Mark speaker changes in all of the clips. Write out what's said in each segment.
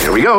Speaker 1: Here we go.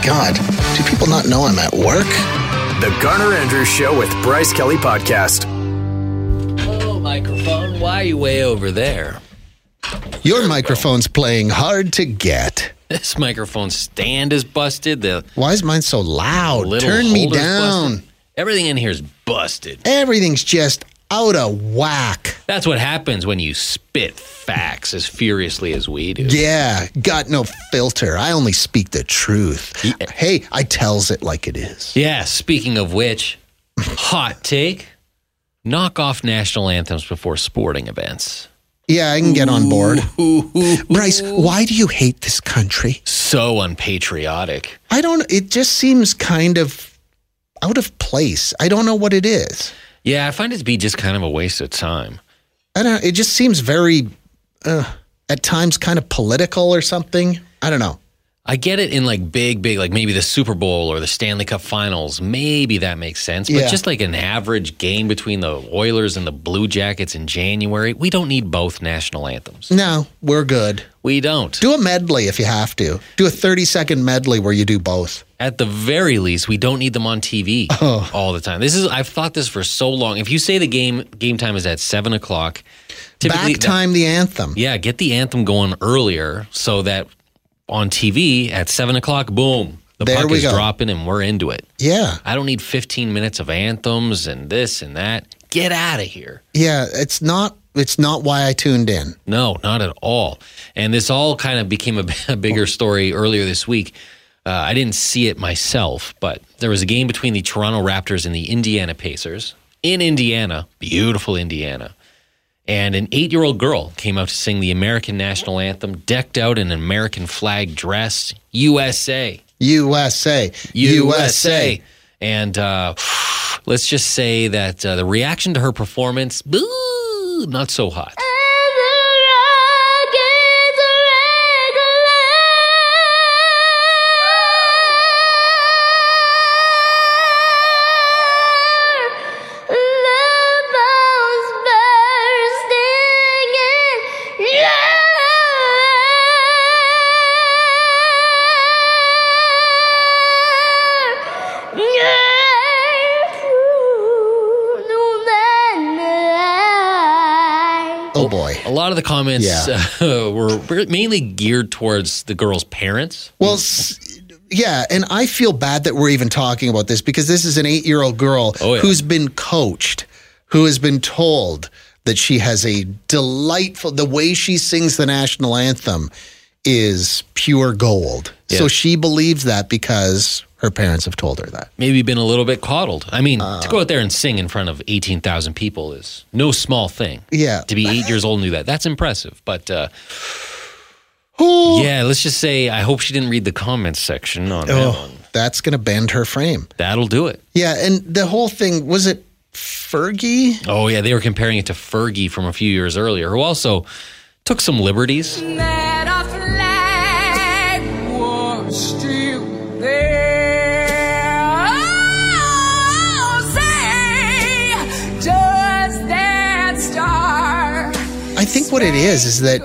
Speaker 2: God, do people not know I'm at work?
Speaker 3: The Garner Andrews Show with Bryce Kelly Podcast.
Speaker 4: Oh, microphone, why are you way over there?
Speaker 2: Your microphone's playing hard to get.
Speaker 4: This microphone stand is busted. The
Speaker 2: Why is mine so loud?
Speaker 4: little
Speaker 2: Oh, Turn me
Speaker 4: holder's
Speaker 2: down.
Speaker 4: busted. Everything in here is busted.
Speaker 2: Everything's just out of whack.
Speaker 4: That's what happens when you spit facts as furiously as we do.
Speaker 2: Yeah, got no filter. I only speak the truth. Hey, I tells it like it is.
Speaker 4: Yeah, speaking of which, hot take. Knock off national anthems before sporting events.
Speaker 2: Yeah, I can get on board. Bryce, why do you hate this country?
Speaker 4: So unpatriotic.
Speaker 2: I don't it just seems kind of out of place. I don't know what it is.
Speaker 4: Yeah, I find it to be just kind of a waste of time.
Speaker 2: I don't it just seems very uh, at times kind of political or something. I don't know.
Speaker 4: I get it in like big, big, like maybe the Super Bowl or the Stanley Cup Finals. Maybe that makes sense. But
Speaker 2: Yeah.
Speaker 4: just like an average game between the Oilers and the Blue Jackets in January, we don't need both national anthems.
Speaker 2: No, we're good.
Speaker 4: We don't.
Speaker 2: Do a medley if you have to. Do a 30 second medley where you do both.
Speaker 4: At the very least, we don't need them on TV
Speaker 2: Oh.
Speaker 4: all the time. This is I've thought this for so long. If you say the game game time is at seven o'clock, typically
Speaker 2: Back time the anthem.
Speaker 4: yeah, get the anthem going earlier so that on TV at seven o'clock, boom, the
Speaker 2: There
Speaker 4: puck
Speaker 2: we
Speaker 4: is
Speaker 2: go.
Speaker 4: dropping and we're into it.
Speaker 2: Yeah.
Speaker 4: I don't need fifteen minutes of anthems and this and that. Get out of here.
Speaker 2: Yeah, it's not it's not why I tuned in.
Speaker 4: No, not at all. And this all kind of became a, a bigger story earlier this week. Uh, I didn't see it myself, but there was a game between the Toronto Raptors and the Indiana Pacers in Indiana, beautiful Indiana. And an eight year old girl came out to sing the American national anthem, decked out in an American flag dress, USA.
Speaker 2: USA.
Speaker 4: USA. And uh, let's just say that uh, the reaction to her performance, boo, not so hot.
Speaker 2: Oh boy.
Speaker 4: A lot of the comments
Speaker 2: Yeah.
Speaker 4: uh, were were mainly geared towards the girl's parents.
Speaker 2: Well, s- yeah, and I feel bad that we're even talking about this because this is an eight-year-old girl
Speaker 4: Oh, yeah.
Speaker 2: who's been coached, who has been told that she has a delightful. The way she sings the national anthem is pure gold. So
Speaker 4: Yeah.
Speaker 2: she believes that because her parents have told her that.
Speaker 4: Maybe been a little bit coddled. I mean,
Speaker 2: Uh.
Speaker 4: to go out there and sing in front of 18,000 people is no small thing.
Speaker 2: Yeah.
Speaker 4: To be eight years old and do that, that's impressive. But uh,
Speaker 2: Ooh.
Speaker 4: yeah, let's just say I hope she didn't read the comments section on
Speaker 2: Oh.
Speaker 4: that one.
Speaker 2: That's going to bend her frame.
Speaker 4: That'll do it.
Speaker 2: Yeah, and the whole thing was it Fergie?
Speaker 4: Oh, yeah, they were comparing it to Fergie from a few years earlier, who also took some liberties.
Speaker 5: that our flag was still there. Oh, say, does that star
Speaker 2: I think what it is is that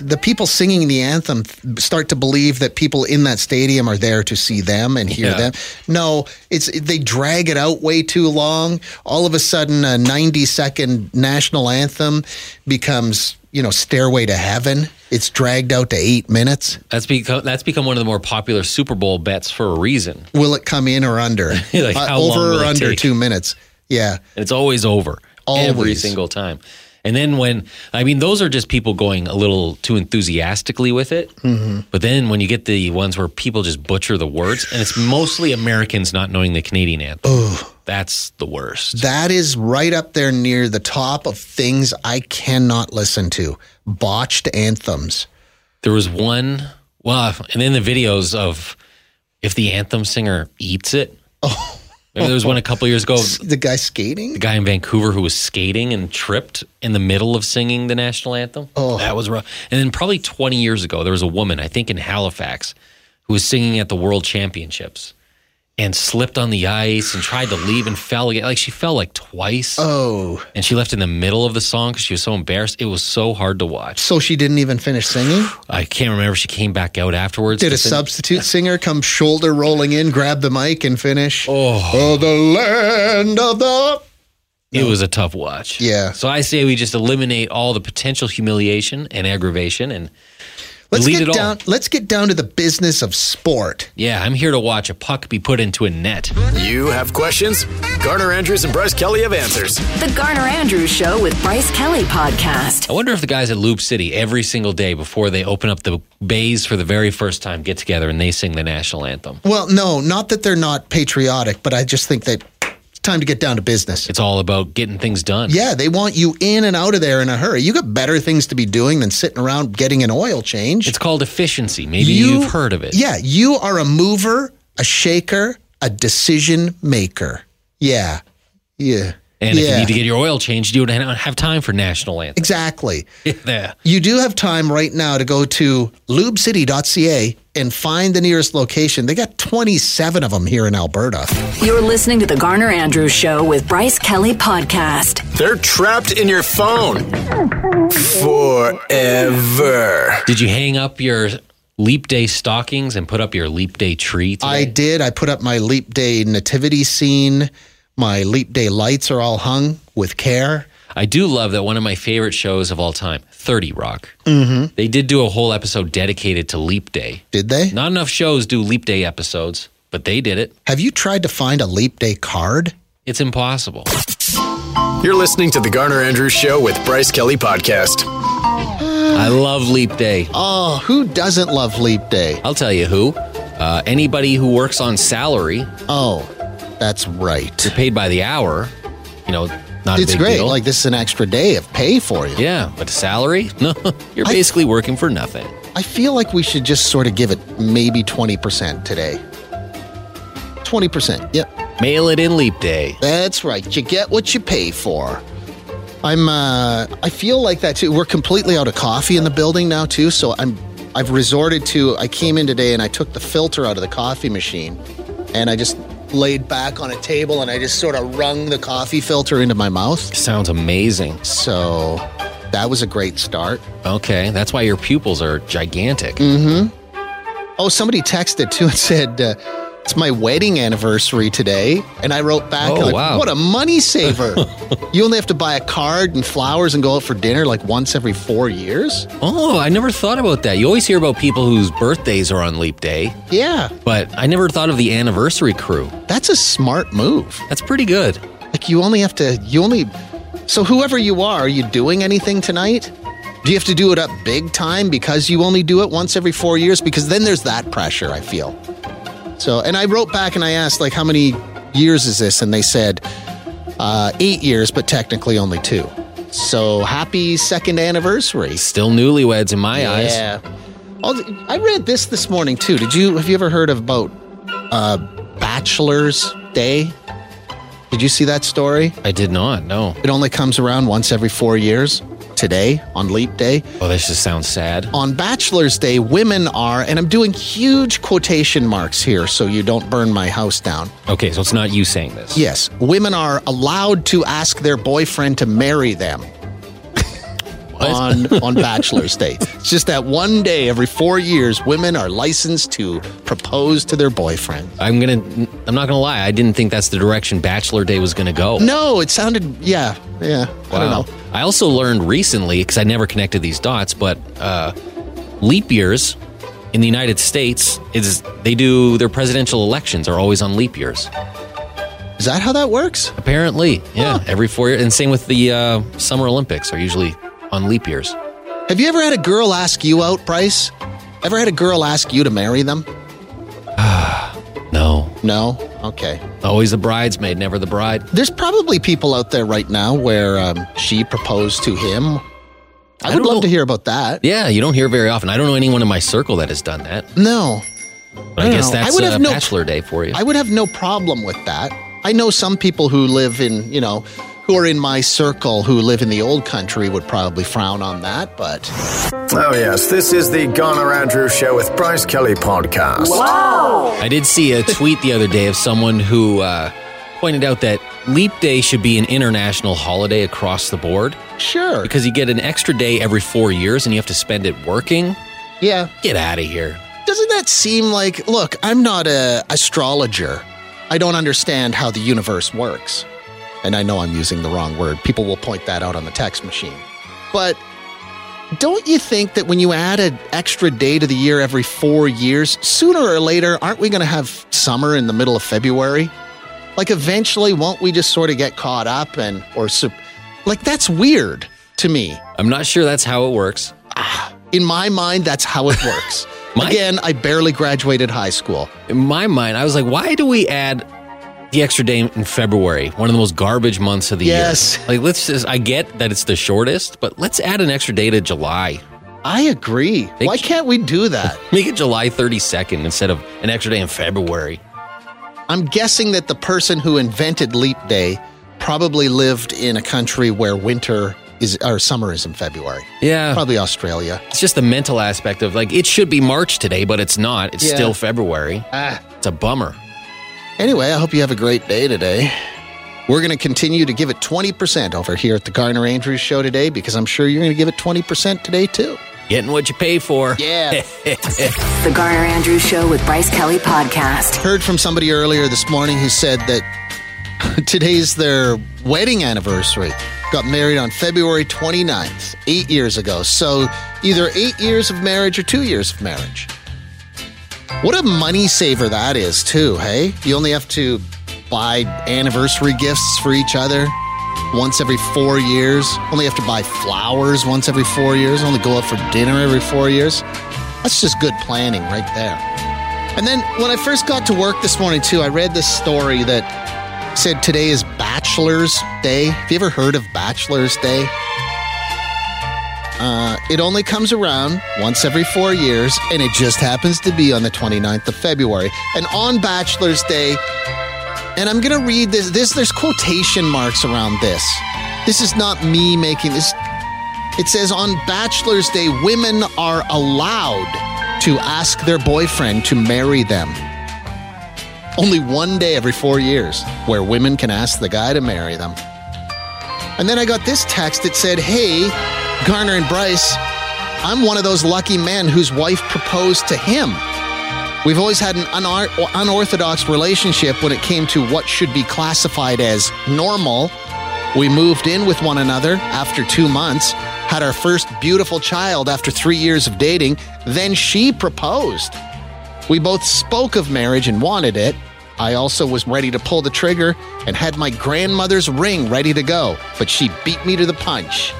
Speaker 2: the people singing the anthem th- start to believe that people in that stadium are there to see them and hear
Speaker 4: Yeah.
Speaker 2: them. No, it's they drag it out way too long. All of a sudden, a ninety-second national anthem becomes you know "Stairway to Heaven." It's dragged out to eight minutes.
Speaker 4: That's become, that's become one of the more popular Super Bowl bets for a reason.
Speaker 2: Will it come in or under? Uh,
Speaker 4: Like, how long
Speaker 2: over
Speaker 4: will
Speaker 2: or
Speaker 4: it
Speaker 2: under
Speaker 4: take?
Speaker 2: two minutes? Yeah,
Speaker 4: And it's always over. Every
Speaker 2: Always.
Speaker 4: single time. And then when, I mean, those are just people going a little too enthusiastically with it. Mm-hmm. But then when you get the ones where people just butcher the words, and it's mostly Americans not knowing the Canadian anthem. That's the worst.
Speaker 2: that is right up there near the top of things I cannot listen to. Botched anthems.
Speaker 4: There was one, what Well, and then the videos of if the anthem singer eats it. Oh, there was one a couple years ago. of
Speaker 2: The guy skating?
Speaker 4: The guy in Vancouver who was skating and tripped in the middle of singing the national anthem. Oh, that was rough. And then probably 20 years ago, there was a woman I think in Halifax who was singing at the World Championships and slipped on the ice and tried to leave and fell again. Like she fell like twice.
Speaker 2: Oh,
Speaker 4: And she left in the middle of the song because she was so embarrassed. It was so hard to watch.
Speaker 2: so she didn't even finish singing?
Speaker 4: I can't remember. if She came back out afterwards.
Speaker 2: Did
Speaker 4: but
Speaker 2: a
Speaker 4: then-
Speaker 2: substitute singer come shoulder rolling in, grab the mic, and finish? Oh, the land of the.
Speaker 4: It was a tough watch.
Speaker 2: Yeah.
Speaker 4: So I say we just eliminate all the potential humiliation and aggravation. And
Speaker 2: Let's
Speaker 4: Delete
Speaker 2: get
Speaker 4: it all.
Speaker 2: down. Let's get down to the business of sport.
Speaker 4: yeah, I'm here to watch a puck be put into a net.
Speaker 3: You have questions? Garner Andrews and Bryce Kelly have answers.
Speaker 6: The Garner Andrews Show with Bryce Kelly Podcast.
Speaker 4: I wonder if the guys at Loop City every single day before they open up the bays for the very first time get together and they sing the national anthem.
Speaker 2: Well, no, not that they're not patriotic, but I just think that it's time to get down to business.
Speaker 4: It's all about getting things done.
Speaker 2: Yeah, they want you in and out of there in a hurry. You got better things to be doing than sitting around getting an oil change.
Speaker 4: It's called efficiency. Maybe you, have heard of it.
Speaker 2: Yeah, you are a mover, a shaker, a decision maker. Yeah. Yeah.
Speaker 4: And if
Speaker 2: yeah.
Speaker 4: you need to get your oil changed, you don't have time for national anthem.
Speaker 2: Exactly.
Speaker 4: yeah.
Speaker 2: You do have time right now to go to lubecity.ca and find the nearest location. They got 27 of them here in Alberta.
Speaker 6: You're listening to The Garner Andrews Show with Bryce Kelly Podcast.
Speaker 3: They're trapped in your phone forever.
Speaker 4: Did you hang up your leap day stockings and put up your leap day tree? Today?
Speaker 2: I did. I put up my leap day nativity scene. My leap day lights are all hung with care.
Speaker 4: I do love that one of my favorite shows of all time, 30 Rock. Mm-hmm. They did do a whole episode dedicated to Leap Day.
Speaker 2: Did they?
Speaker 4: Not enough shows do Leap Day episodes, but they did it.
Speaker 2: Have you tried to find a leap day card?
Speaker 4: It's impossible.
Speaker 3: You're listening to The Garner Andrews Show with Bryce Kelly Podcast.
Speaker 4: I love Leap Day.
Speaker 2: Oh, who doesn't love leap day?
Speaker 4: I'll tell you who. Uh, anybody who works on salary,
Speaker 2: Oh, that's right.
Speaker 4: paid by the hour, you know, not
Speaker 2: It's
Speaker 4: a big
Speaker 2: great.
Speaker 4: deal.
Speaker 2: Like this is an extra day of pay for you.
Speaker 4: yeah, but salary? No, you're
Speaker 2: I-
Speaker 4: basically working for nothing.
Speaker 2: I feel like we should just sort of give it maybe 20% today. 20%. Yep.
Speaker 4: Mail it in Leap Day.
Speaker 2: That's right. You get what you pay for. I'm uh I feel like that too. We're completely out of coffee in the building now too, so I'm I've resorted to I came in today and I took the filter out of the coffee machine and I just laid back on a table and I just sort of wrung the coffee filter into my mouth.
Speaker 4: Sounds amazing.
Speaker 2: So that was a great start.
Speaker 4: Okay, that's why your pupils are gigantic.
Speaker 2: Mm. Oh, somebody texted too and said, uh, "It's my wedding anniversary today," and I wrote back,
Speaker 4: Oh,
Speaker 2: like,
Speaker 4: wow.
Speaker 2: "What a money saver! you only have to buy a card and flowers and go out for dinner like once every four years."
Speaker 4: Oh, I never thought about that. You always hear about people whose birthdays are on leap day,
Speaker 2: Yeah,
Speaker 4: but I never thought of the anniversary crew.
Speaker 2: that's a smart move.
Speaker 4: That's pretty good.
Speaker 2: Like you only have to, you only. So whoever you are, are you doing anything tonight? Do you have to do it up big time because you only do it once every four years? Because then there's that pressure. I feel. So, and I wrote back and I asked like, how many years is this? And they said, uh, eight years, but technically only two. So happy second anniversary.
Speaker 4: Still newlyweds in my eyes.
Speaker 2: Yeah. All the- I read this this morning too. Did you have you ever heard of about uh, Bachelor's Day? Did you see that story?
Speaker 4: I did not. No.
Speaker 2: It only comes around once every four years. Today on Leap Day,
Speaker 4: Oh, this just sounds sad.
Speaker 2: on Bachelor's Day, women are, and I'm doing huge quotation marks here, so you don't burn my house down.
Speaker 4: Okay, so it's not you saying this.
Speaker 2: Yes, women are allowed to ask their boyfriend to marry them on on Bachelor's Day. It's just that one day every four years, women are licensed to propose to their boyfriend.
Speaker 4: I'm gonna. I'm not gonna lie. I didn't think that's the direction Bachelor Day was gonna go.
Speaker 2: No, it sounded yeah, yeah. I
Speaker 4: Wow.
Speaker 2: don't know.
Speaker 4: I also learned recently because I never connected these dots, but uh, leap years in the United States is they do their presidential elections are always on leap years.
Speaker 2: Is that how that works?
Speaker 4: Apparently, yeah. Every four years, and same with the uh, Summer Olympics are usually on leap years.
Speaker 2: Have you ever had a girl ask you out, Bryce? Ever had a girl ask you to marry them?
Speaker 4: No,
Speaker 2: No. Okay.
Speaker 4: always the bridesmaid, never the bride.
Speaker 2: There's probably people out there right now where um, she proposed to him I would
Speaker 4: don't
Speaker 2: love
Speaker 4: know-
Speaker 2: to hear about that.
Speaker 4: Yeah, you don't hear very often. I don't know anyone in my circle that has done that.
Speaker 2: No,
Speaker 4: But I,
Speaker 2: I
Speaker 4: guess
Speaker 2: don't know. I
Speaker 4: that's
Speaker 2: would
Speaker 4: a
Speaker 2: have no-
Speaker 4: bachelor day for you.
Speaker 2: I would have no problem with that. I know some people who live in, you know, who are in my circle who live in the old country would probably frown on that, but
Speaker 3: Oh, yes. This is the Garner Andrews Show with Bryce Kelly podcast.
Speaker 4: I did see a tweet the other day of someone who uh, pointed out that Leap Day should be an international holiday across the board
Speaker 2: sure.
Speaker 4: because you get an extra day every four years and you have to spend it working.
Speaker 2: yeah.
Speaker 4: Get out of here.
Speaker 2: Doesn't that seem like, look, I'm not a astrologer. I don't understand how the universe works. And I know I'm using the wrong word. People will point that out on the text machine. But don't you think that when you add an extra day to the year every four years, sooner or later, aren't we going to have summer in the middle of February? Like, eventually, won't we just sort of get caught up and, or, sup- like, that's weird to me.
Speaker 4: I'm not sure that's how it works.
Speaker 2: In my mind, that's how it works.
Speaker 4: My-
Speaker 2: Again, I barely graduated high school.
Speaker 4: In my mind, I was like, why do we add the extra day in February, one of the most garbage months of the
Speaker 2: Yes.
Speaker 4: year? Like, let's just, I get that it's the shortest, but let's add an extra day to July.
Speaker 2: I agree. Why can't we do that?
Speaker 4: Make it July 32nd instead of an extra day in February.
Speaker 2: I'm guessing that the person who invented leap day probably lived in a country where winter is or summer is in February.
Speaker 4: Yeah.
Speaker 2: Probably Australia.
Speaker 4: It's just the mental aspect of like, it should be March today, but it's not. It's
Speaker 2: Yeah.
Speaker 4: still February.
Speaker 2: Ah.
Speaker 4: It's a bummer.
Speaker 2: Anyway, I hope you have a great day today. We're going to continue to give it 20% over here at the Garner Andrews show today because I'm sure you're going to give it 20% today too.
Speaker 4: Getting what you pay for.
Speaker 2: Yeah.
Speaker 6: The Garner Andrews Show with Bryce Kelly Podcast.
Speaker 2: Heard from somebody earlier this morning who said that today's their wedding anniversary. Got married on February 29th, eight years ago. So either eight years of marriage or two years of marriage. What a money saver that is, too, hey? You only have to buy anniversary gifts for each other once every four years, only have to buy flowers once every four years, only go out for dinner every four years. That's just good planning right there. And then when I first got to work this morning, too, I read this story that said today is Bachelor's Day. Have you ever heard of Bachelor's Day? Uh, it only comes around once every four years, and it just happens to be on the 29th of February. And on Bachelor's Day, and I'm going to read this, this, there's quotation marks around this. This is not me making this. It says on Bachelor's Day, women are allowed to ask their boyfriend to marry them. Only one day every four years where women can ask the guy to marry them. And then I got this text that said, Hey, Garner and Bryce, I'm one of those lucky men whose wife proposed to him. We've always had an unar- unorthodox relationship when it came to what should be classified as normal. We moved in with one another after two months, had our first beautiful child after three years of dating, then she proposed. We both spoke of marriage and wanted it. I also was ready to pull the trigger and had my grandmother's ring ready to go, but she beat me to the punch.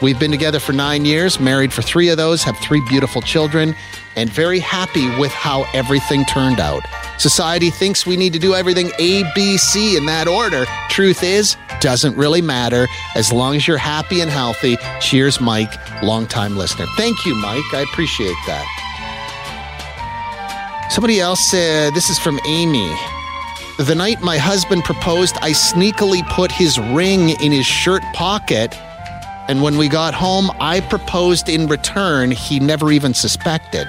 Speaker 2: We've been together for nine years, married for three of those, have three beautiful children, and very happy with how everything turned out. Society thinks we need to do everything A, B, C in that order. Truth is, doesn't really matter as long as you're happy and healthy. Cheers, Mike, longtime listener. Thank you, Mike. I appreciate that. Somebody else said, this is from Amy. The night my husband proposed, I sneakily put his ring in his shirt pocket. And when we got home, I proposed in return. He never even suspected.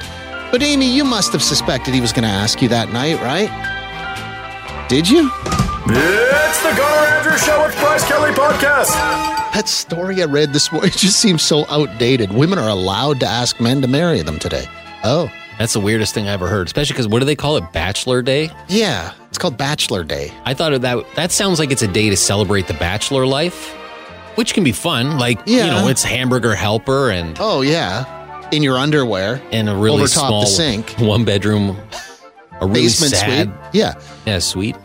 Speaker 2: But Amy, you must have suspected he was going to ask you that night, right? Did you?
Speaker 3: It's the Garner Andrews Show with Bryce Kelly podcast.
Speaker 2: That story I read this morning just seems so outdated. Women are allowed to ask men to marry them today. Oh,
Speaker 4: That's the weirdest thing I ever heard, especially because what do they call it? Bachelor Day?
Speaker 2: yeah. It's called Bachelor Day.
Speaker 4: I thought of that. That sounds like it's a day to celebrate the bachelor life, which can be fun. Like,
Speaker 2: Yeah.
Speaker 4: you know, it's hamburger helper and,
Speaker 2: Oh, yeah. In your underwear.
Speaker 4: and a really
Speaker 2: Over top the
Speaker 4: small
Speaker 2: sink.
Speaker 4: one bedroom, a really
Speaker 2: basement
Speaker 4: sad,
Speaker 2: suite. Yeah.
Speaker 4: Yeah, suite.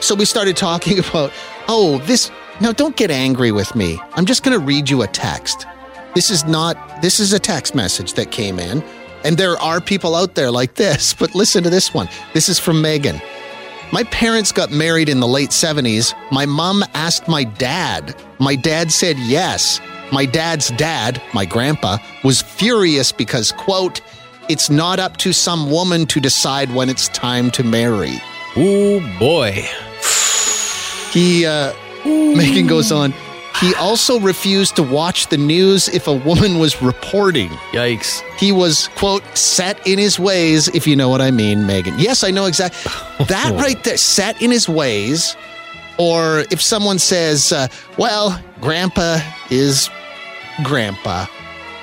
Speaker 2: So we started talking about, oh, this. Now, don't get angry with me. I'm just going to read you a text. This is not, this is a text message that came in. And there are people out there like this, but listen to this one. This is from Megan. My parents got married in the late 70s. My mom asked my dad. My dad said yes. My dad's dad, my grandpa, was furious because, quote, it's not up to some woman to decide when it's time to marry.
Speaker 4: Ooh, boy.
Speaker 2: He, uh, Megan goes on, he also refused to watch the news if a woman was reporting.
Speaker 7: Yikes.
Speaker 2: He was, quote, set in his ways, if you know what I mean, Megan. Yes, I know exactly. That right there, set in his ways. Or if someone says, uh, well, grandpa is grandpa,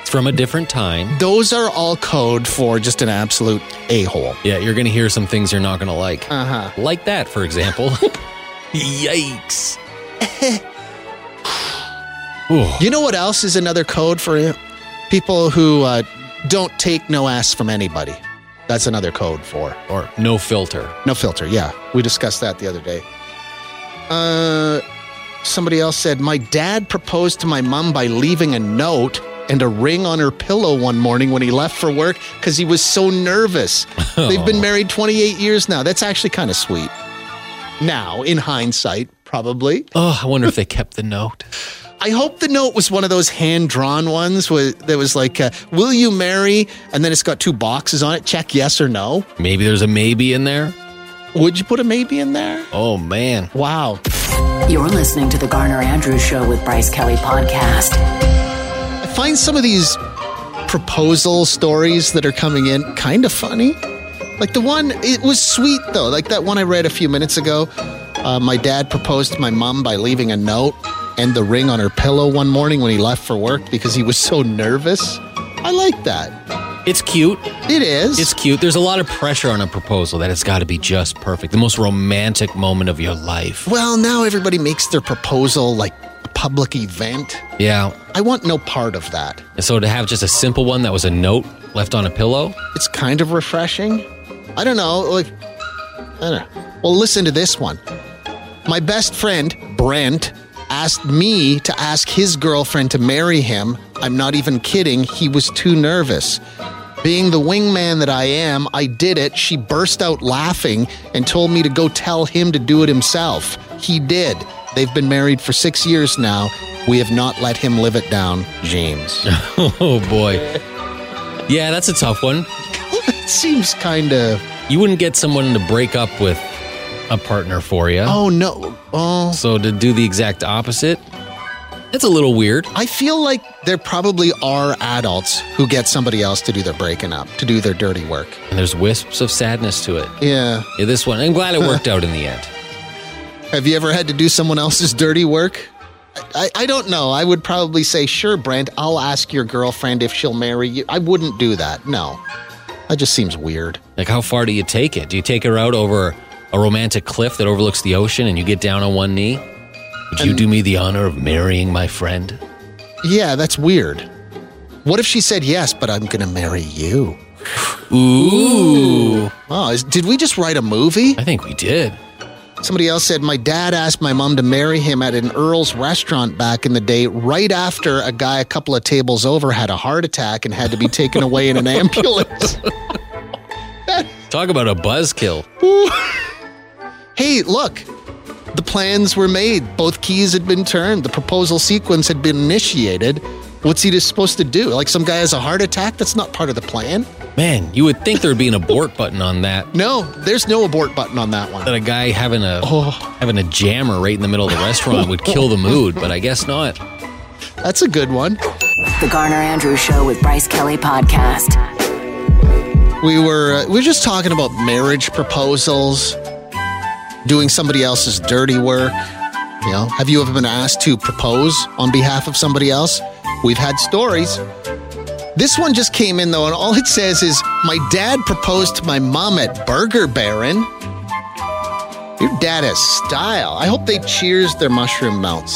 Speaker 4: It's from a different time.
Speaker 2: those are all code for just an absolute a hole.
Speaker 4: Yeah, you're going to hear some things you're not going to like. Uh-huh. Like that, for example. Yikes. Ooh.
Speaker 2: You know what else is another code for people who uh, don't take no ass from anybody? That's another code for.
Speaker 4: Or no filter.
Speaker 2: No filter, yeah. We discussed that the other day. Uh, somebody else said, My dad proposed to my mom by leaving a note and a ring on her pillow one morning when he left for work because he was so nervous. They've been married 28 years now. That's actually kind of sweet. Now, in hindsight, probably.
Speaker 4: Oh, I wonder if they kept the note.
Speaker 2: I hope the note was one of those hand drawn ones with, that was like, uh, Will you marry? And then it's got two boxes on it. Check yes or no.
Speaker 4: Maybe there's a maybe in there.
Speaker 2: Would you put a maybe in there?
Speaker 4: Oh, man.
Speaker 2: Wow.
Speaker 6: You're listening to The Garner Andrews Show with Bryce Kelly Podcast.
Speaker 2: I find some of these proposal stories that are coming in kind of funny. Like the one, it was sweet though. Like that one I read a few minutes ago. Uh, my dad proposed to my mom by leaving a note and the ring on her pillow one morning when he left for work because he was so nervous. I like that.
Speaker 4: It's cute.
Speaker 2: It is.
Speaker 4: It's cute. There's a lot of pressure on a proposal that it's got to be just perfect, the most romantic moment of your life.
Speaker 2: well, now everybody makes their proposal like a public event.
Speaker 4: Yeah.
Speaker 2: I want no part of that.
Speaker 4: And so to have just a simple one that was a note left on a pillow,
Speaker 2: it's kind of refreshing. I don't know, like I don't know. Well, listen to this one. My best friend, Brent, asked me to ask his girlfriend to marry him. I'm not even kidding, he was too nervous. Being the wingman that I am, I did it. She burst out laughing and told me to go tell him to do it himself. He did. They've been married for six years now. We have not let him live it down, James.
Speaker 4: oh boy. Yeah, that's a tough one.
Speaker 2: it seems kind of.
Speaker 4: You wouldn't get someone to break up with a partner for you.
Speaker 2: Oh, no. Oh.
Speaker 4: So to do the exact opposite, that's a little weird.
Speaker 2: I feel like there probably are adults who get somebody else to do their breaking up, to do their dirty work.
Speaker 4: And there's wisps of sadness to it.
Speaker 2: Yeah.
Speaker 4: Yeah, this one, I'm glad it worked out in the end.
Speaker 2: Have you ever had to do someone else's dirty work? I, I I don't know. I would probably say, sure, Brent, I'll ask your girlfriend if she'll marry you. I wouldn't do that. No. That just seems weird.
Speaker 4: Like, how far do you take it? Do you take her out over a romantic cliff that overlooks the ocean and you get down on one knee? Would you do me the honor of marrying my friend?
Speaker 2: Yeah, that's weird. What if she said yes, but I'm going to marry you?
Speaker 4: Ooh.
Speaker 2: Oh, is, did we just write a movie?
Speaker 4: I think we did.
Speaker 2: Somebody else said, My dad asked my mom to marry him at an Earl's restaurant back in the day, right after a guy a couple of tables over had a heart attack and had to be taken away in an ambulance.
Speaker 4: Talk about a buzzkill.
Speaker 2: hey, look, the plans were made. Both keys had been turned. The proposal sequence had been initiated. What's he just supposed to do? Like some guy has a heart attack? That's not part of the plan.
Speaker 4: Man, you would think there would be an abort button on that.
Speaker 2: No, there's no abort button on that one.
Speaker 4: That a guy having a having a jammer right in the middle of the restaurant would kill the mood, but I guess not.
Speaker 2: That's a good one.
Speaker 6: The Garner Andrews Show with Bryce Kelly Podcast.
Speaker 2: We were uh, we were just talking about marriage proposals, doing somebody else's dirty work. You know, have you ever been asked to propose on behalf of somebody else? We've had stories. This one just came in though, and all it says is, "My dad proposed to my mom at Burger Baron." Your dad has style. I hope they cheers their mushroom melts.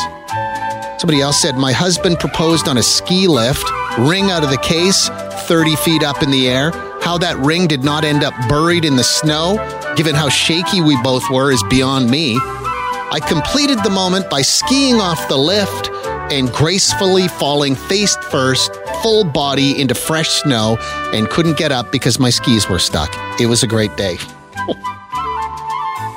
Speaker 2: Somebody else said, My husband proposed on a ski lift, ring out of the case, 30 feet up in the air. How that ring did not end up buried in the snow, given how shaky we both were, is beyond me. I completed the moment by skiing off the lift and gracefully falling face first, full body into fresh snow, and couldn't get up because my skis were stuck. It was a great day.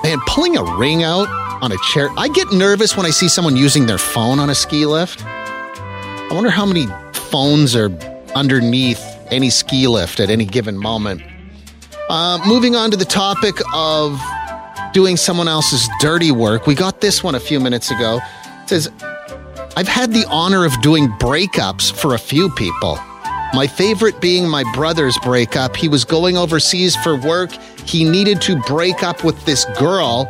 Speaker 2: Man, pulling a ring out on a chair. I get nervous when I see someone using their phone on a ski lift. I I wonder how many phones are underneath any ski lift at any given moment. Uh, moving on to the topic of doing someone else's dirty work, we got this one a few minutes ago. It says, I've had the honor of doing breakups for a few people. My favorite being my brother's breakup. He was going overseas for work. He needed to break up with this girl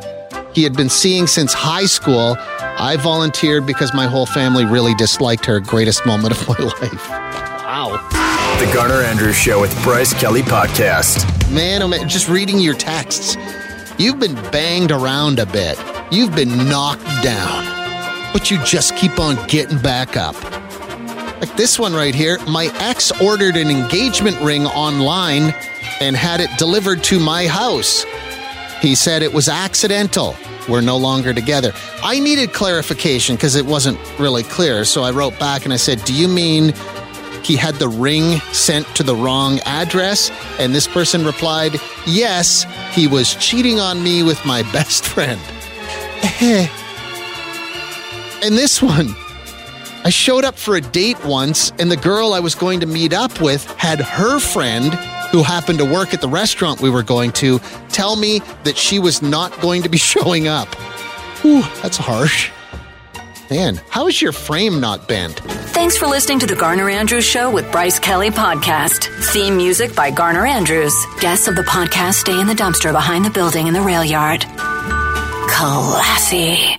Speaker 2: he had been seeing since high school. I volunteered because my whole family really disliked her. Greatest moment of my life.
Speaker 3: The Garner Andrews Show with Bryce Kelly Podcast.
Speaker 2: Man, oh man, just reading your texts. You've been banged around a bit. You've been knocked down. But you just keep on getting back up. Like this one right here. My ex ordered an engagement ring online and had it delivered to my house. He said it was accidental. We're no longer together. I needed clarification because it wasn't really clear. So I wrote back and I said, Do you mean he had the ring sent to the wrong address? And this person replied, Yes, he was cheating on me with my best friend. Eh. and this one. I showed up for a date once, and the girl I was going to meet up with had her friend, who happened to work at the restaurant we were going to, tell me that she was not going to be showing up. Ooh, that's harsh. Man, how is your frame not bent?
Speaker 6: Thanks for listening to the Garner Andrews Show with Bryce Kelly Podcast. Theme music by Garner Andrews. Guests of the podcast stay in the dumpster behind the building in the rail yard. Classy.